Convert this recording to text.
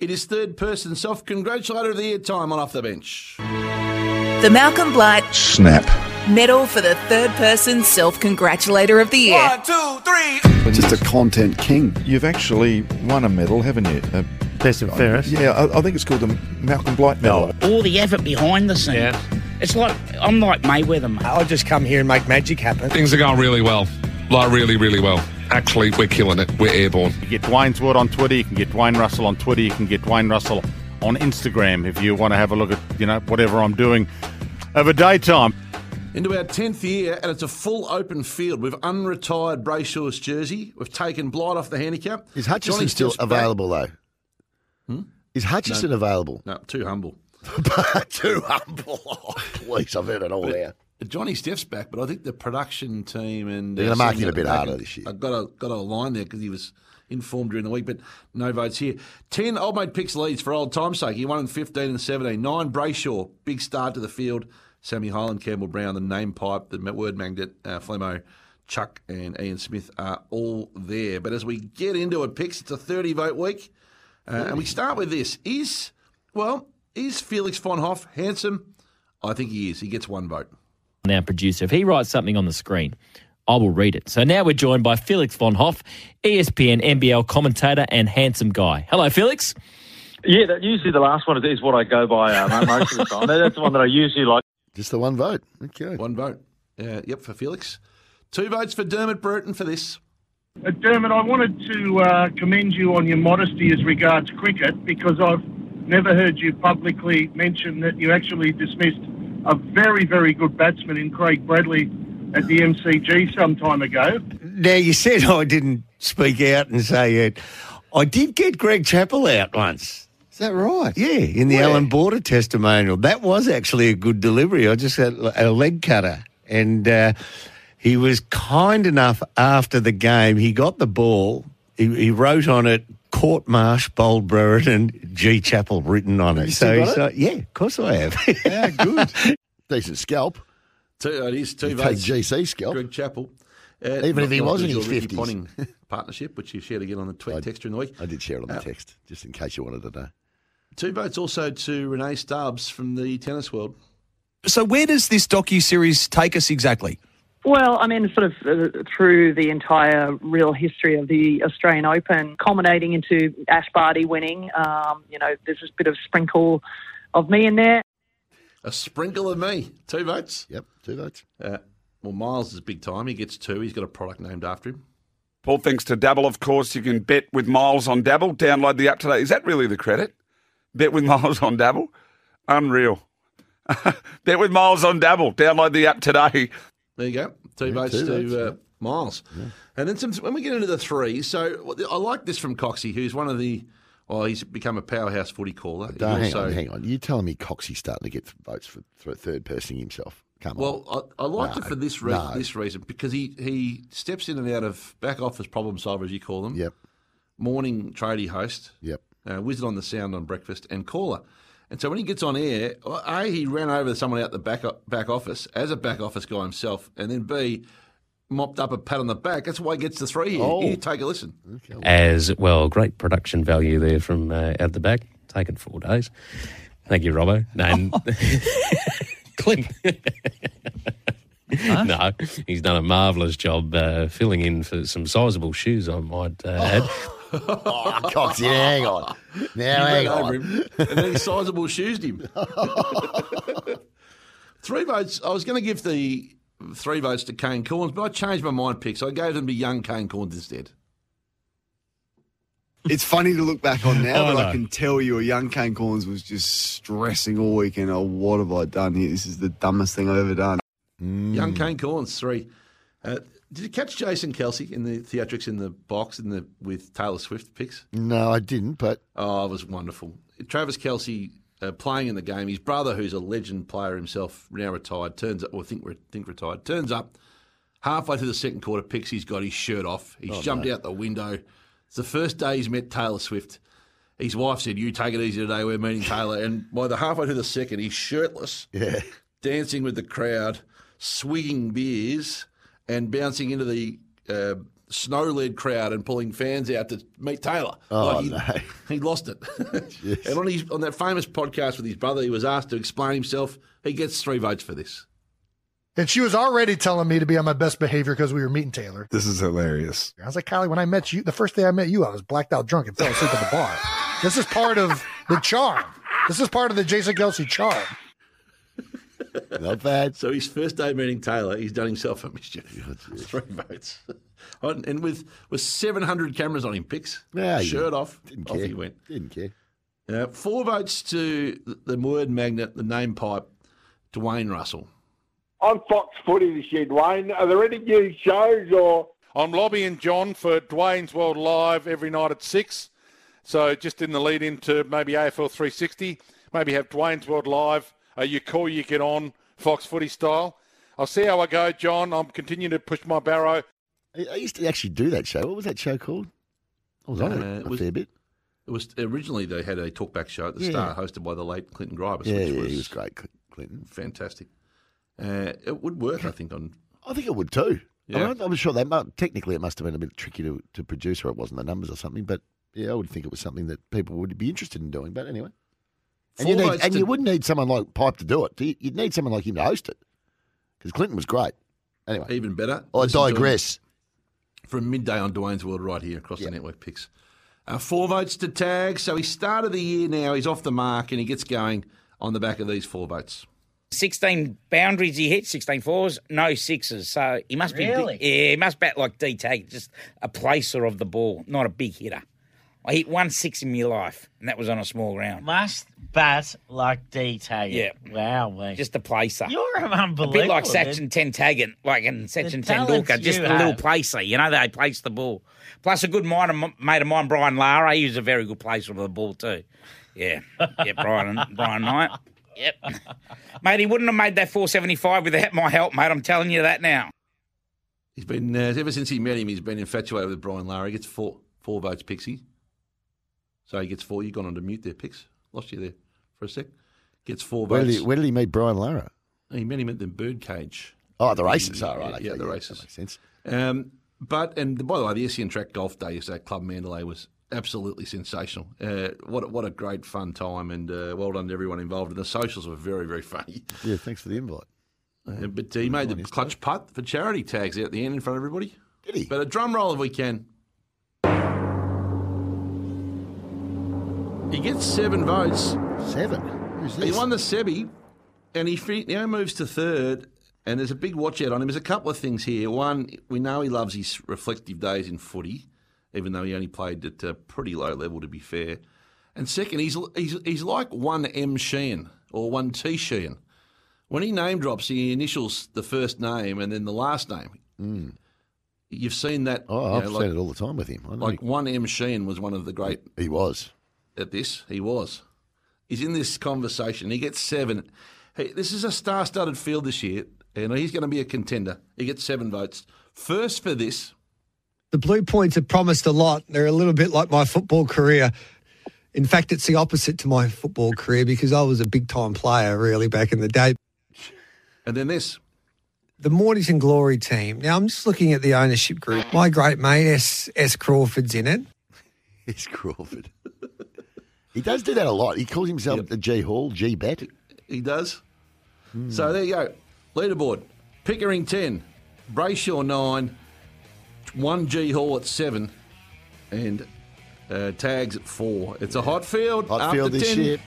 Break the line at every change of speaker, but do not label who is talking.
It is third person self congratulator of the year time on Off the Bench.
The Malcolm Blight
Snap.
Medal for the Third Person Self Congratulator of the Year.
two, three.
Just a content king. You've actually won a medal, haven't you? Uh,
Best and fairest.
yeah, I, I think it's called the Malcolm Blight Medal.
all the effort behind the scenes.
Yeah.
It's like I'm like Mayweather, mate.
I'll just come here and make magic happen.
Things are going really well. Like, really, really well. Actually, we're killing it. We're airborne.
You get Dwayne's Word on Twitter. You can get Dwayne Russell on Twitter. You can get Dwayne Russell on Instagram if you want to have a look at you know whatever I'm doing over daytime.
Into our 10th year, and it's a full open field. We've unretired Brayshaw's jersey. We've taken Blight off the handicap.
Is Hutchinson
Johnny's
still
just back- Hmm?
available though? Is Hutchinson available?
No, too humble.
Too humble. Oh, please, I've heard it all now.
Johnny Steff's back, but I think the production team and
They're gonna
uh,
mark
Singer
it a bit
back
harder
and-
this year.
I got a got a line there because he was informed during the week, but no votes here. Ten old mate picks leads for old time's sake. He won in fifteen and seventeen. Nine Brayshaw, big start to the field. Sammy Highland, Campbell Brown, the name pipe, the word magnet, uh, Flemo, Chuck, and Ian Smith are all there. But as we get into it, picks it's a thirty vote week, uh, and we start with this: is well, is Felix von Hoff handsome? I think he is. He gets one vote.
Now, producer, if he writes something on the screen, I will read it. So now we're joined by Felix von Hoff, E ESPN NBL commentator and handsome guy. Hello, Felix.
Yeah, that usually the last one is, is what I go by uh, most of the time. That's the one that I usually like.
Just the one vote. Okay.
One vote. Uh, yep, for Felix. Two votes for Dermot Burton for this.
Uh, Dermot, I wanted to uh, commend you on your modesty as regards cricket because I've never heard you publicly mention that you actually dismissed a very, very good batsman in Craig Bradley at the MCG some time ago.
Now, you said I didn't speak out and say it. I did get Greg Chappell out once.
Is that right?
Yeah, in the Alan Border testimonial. That was actually a good delivery. I just had a leg cutter. And uh, he was kind enough after the game. He got the ball. He, he wrote on it, Court Marsh, Bold Brereton, G Chapel written on it.
you still got
he's
it?
like, yeah, of course I have.
Yeah, good. Decent scalp.
Two, uh, it is two
You take
votes.
GC scalp.
Greg Chappell. Uh,
Even if he
not
was in
usual
his
Ricky
50s.
Ponting partnership, which you shared again on the tweet text during the week.
I did share it on the
Uh,
text, just in case you wanted to know.
Two votes also to Renee Stubbs from the tennis world.
so, where does this docu series take us exactly?
Well, I mean, sort of uh, through the entire real history of the Australian Open, culminating into Ash Barty winning. Um, you know, there's this bit of sprinkle of me in there.
A sprinkle of me. Two votes.
Yep, two votes.
Uh, well, Miles is big time. He gets two. He's got a product named after him.
Paul thinks to dabble, of course, you can bet with Miles on Dabble. Download the app today. Is that really the credit? Bet with Miles on Dabble? Unreal. bet with Miles on Dabble. Download the app today.
There you go. Two votes to
two votes,
uh,
yeah.
Miles. And then some, when we get into the three, so I like this from Coxie, who's one of the, well, he's become a powerhouse footy caller. He's
Don't, hang
also-
on, hang on. You telling me Coxie's starting to get th- votes for th- third person himself? Come on.
Well, I, I liked it
No,
for this re-
no.
this reason because he, he steps in and out of back office problem solver, as you call them.
Yep.
Morning tradie host,
Yep.
uh, wizard on the sound on breakfast, and caller. And so when he gets on air, well, a he ran over someone out the back o- back office as a back office guy himself, and then b mopped up a pat on the back. That's why he gets the three here.
Oh.
Here, take a listen.
As well, great production value there from uh, out the back. Taken four days. Thank you, Robbo. And
Oh.
Clint. no, he's done a marvellous job uh, filling in for some sizable shoes, I might uh, add.
Oh, Coxie, hang on. Now,
He
hang
ran over
on.
him, and then he sizable shoes him. three votes. I was going to give the three votes to Kane Corns, but I changed my mind pick, so I gave them to young Kane Corns instead.
It's funny to look back on now,
I
but I
know.
can tell you a young Kane Corns was just stressing all weekend. Oh, what have I done here? This is the dumbest thing I've ever done.
Young Kane Corns, three. Uh, did you catch Jason Kelsey in the theatrics in the box in the with Taylor Swift picks?
No, I didn't, but
Oh, it was wonderful. Travis Kelsey uh, playing in the game. His brother, who's a legend player himself, now retired, turns up, or think re- think retired, turns up halfway through the second quarter. Picks he's got his shirt off.
Oh,
He's jumped out the window. It's the first day he's met Taylor Swift. His wife said, "You take it easy today. We're meeting Taylor." And by the halfway through the second, he's shirtless,
yeah.
dancing with the crowd, swigging beers, and bouncing into the uh, snow led crowd and pulling fans out to meet Taylor.
Oh,
he,
no.
he lost it. and on, his, on that famous podcast with his brother, he was asked to explain himself. He gets three votes for this.
And she was already telling me to be on my best behavior because we were meeting Taylor.
This is hilarious.
I was like, Kylie, when I met you, the first day I met you, I was blacked out drunk and fell asleep at the bar. This is part of the charm. This is part of the Jason Kelsey charm.
Not bad. So his first day meeting Taylor, he's done himself a mischief. Three votes. On- And with, with 700 cameras on him, picks.
Yeah, he
Shirt off.
didn't
off
care.
he went.
Didn't care.
Uh, four votes to the- the word magnet, the name pipe, Dwayne Russell.
I'm Fox Footy this year, Dwayne. Are there any new shows or?
I'm lobbying John for Dwayne's World Live every night at six. So just in the lead into maybe AFL 360, maybe have Dwayne's World Live. Uh, you call, you get on, Fox Footy style. I'll see how I go, John. I'm continuing to push my barrow.
I I used to actually do that show. What was that show called? I was on
Uh,
it a
it was-
fair bit.
It was originally they had a talkback show at the
Yeah.
start, hosted by the late Clinton Gribus.
Yeah,
which
yeah,
was
he was great, Cl- Clinton.
Fantastic. Uh, it would work, I think. On
I think it would too.
Yeah.
I mean, I'm sure they mu technically it must have been a bit tricky to, to produce, or it wasn't the numbers or something. But yeah, I would think it was something that people would be interested in doing. But anyway, and, you,
Four
need,
votes
and
to-
you wouldn't need someone like Pipe to do it. You- You'd need someone like him to host it because Clinton was great. Anyway,
even better.
I
Listen to him
digress.
From midday on Dwayne's World, right here across the network picks. Uh, four votes to tag. So he started the year now. He's off the mark and he gets going on the back of these four votes.
16 boundaries he hit, 16 fours, no sixes. So he must
Really?
be, yeah, he must bat like D tag, just a placer of the ball, not a big hitter. I hit one six in my life, and that was on a small round.
Must bat like D Taggart.
Yeah.
Wow, mate.
Just a placer.
You're
a
unbelievable.
bit like
man.
Sachin Tentagan, like in Sachin
talent
Tendulkar, just
you
a little
have.
placer. You know, they place the ball. Plus, a good mind, mate of mine, Brian Lara, he was a very good placer of the ball too. Yeah, yeah, Brian, Brian Knight. Yep, mate, he wouldn't have made that 475 without my help, mate. I'm telling you that now.
He's been uh, ever since he met him. He's been infatuated with Brian Lara. He gets four four votes, Pixie. So he gets four. You've gone on to mute there, Pix. Lost you there for a sec. Gets four
Where
votes.
did, he, where did he meet Brian Lara?
He met him at the birdcage.
Oh, at the races. Oh, right.
Yeah,
okay,
the
yeah,
races.
That makes sense.
Um, but and by the way, the Essien Track Golf Day yesterday, at Club Mandalay was absolutely sensational. Uh, what a- what a great fun time, and uh, well done to everyone involved. And the socials were very very funny.
Yeah, thanks for the invite.
Uh, but he made the clutch putt for charity tags out the end in front of everybody. Did
he?
But a drum roll if we can. He gets seven votes.
Seven.
He won the Sebi, and he fi- now moves to third. And there's a big watch out on him. There's a couple of things here. One, we know he loves his reflective days in footy, even though he only played at a pretty low level, to be fair. And second, he's he's, he's like one M Sheehan or one T Sheehan. When he name drops, he initials the first name and then the last name.
Mm.
You've seen that.
Oh,
you
I've
know,
seen
like,
it all the time with him. I know
like one M Sheehan was one of the great
he was.
at this. He was. He's in this conversation. He gets seven. Hey, this is a star-studded field this year, and he's going to be a contender. He gets seven votes. First for this,
The Blue Points have promised a lot. They're a little bit like my football career. In fact, it's the opposite to my football career because I was a big time player really back in the day.
and then this.
The Mornington Glory team. Now, I'm just looking at the ownership group. My great mate, S. S. Crawford's in it.
It's Crawford. he does do that a lot. He calls himself the G Hall, G Bet.
He does.
Hmm.
So there you go. Leaderboard. Pickering 10, Brayshaw 9, 1G Hall at 7, and uh, Tags at 4. It's a hot field.
Hot
after
field this
10.
year.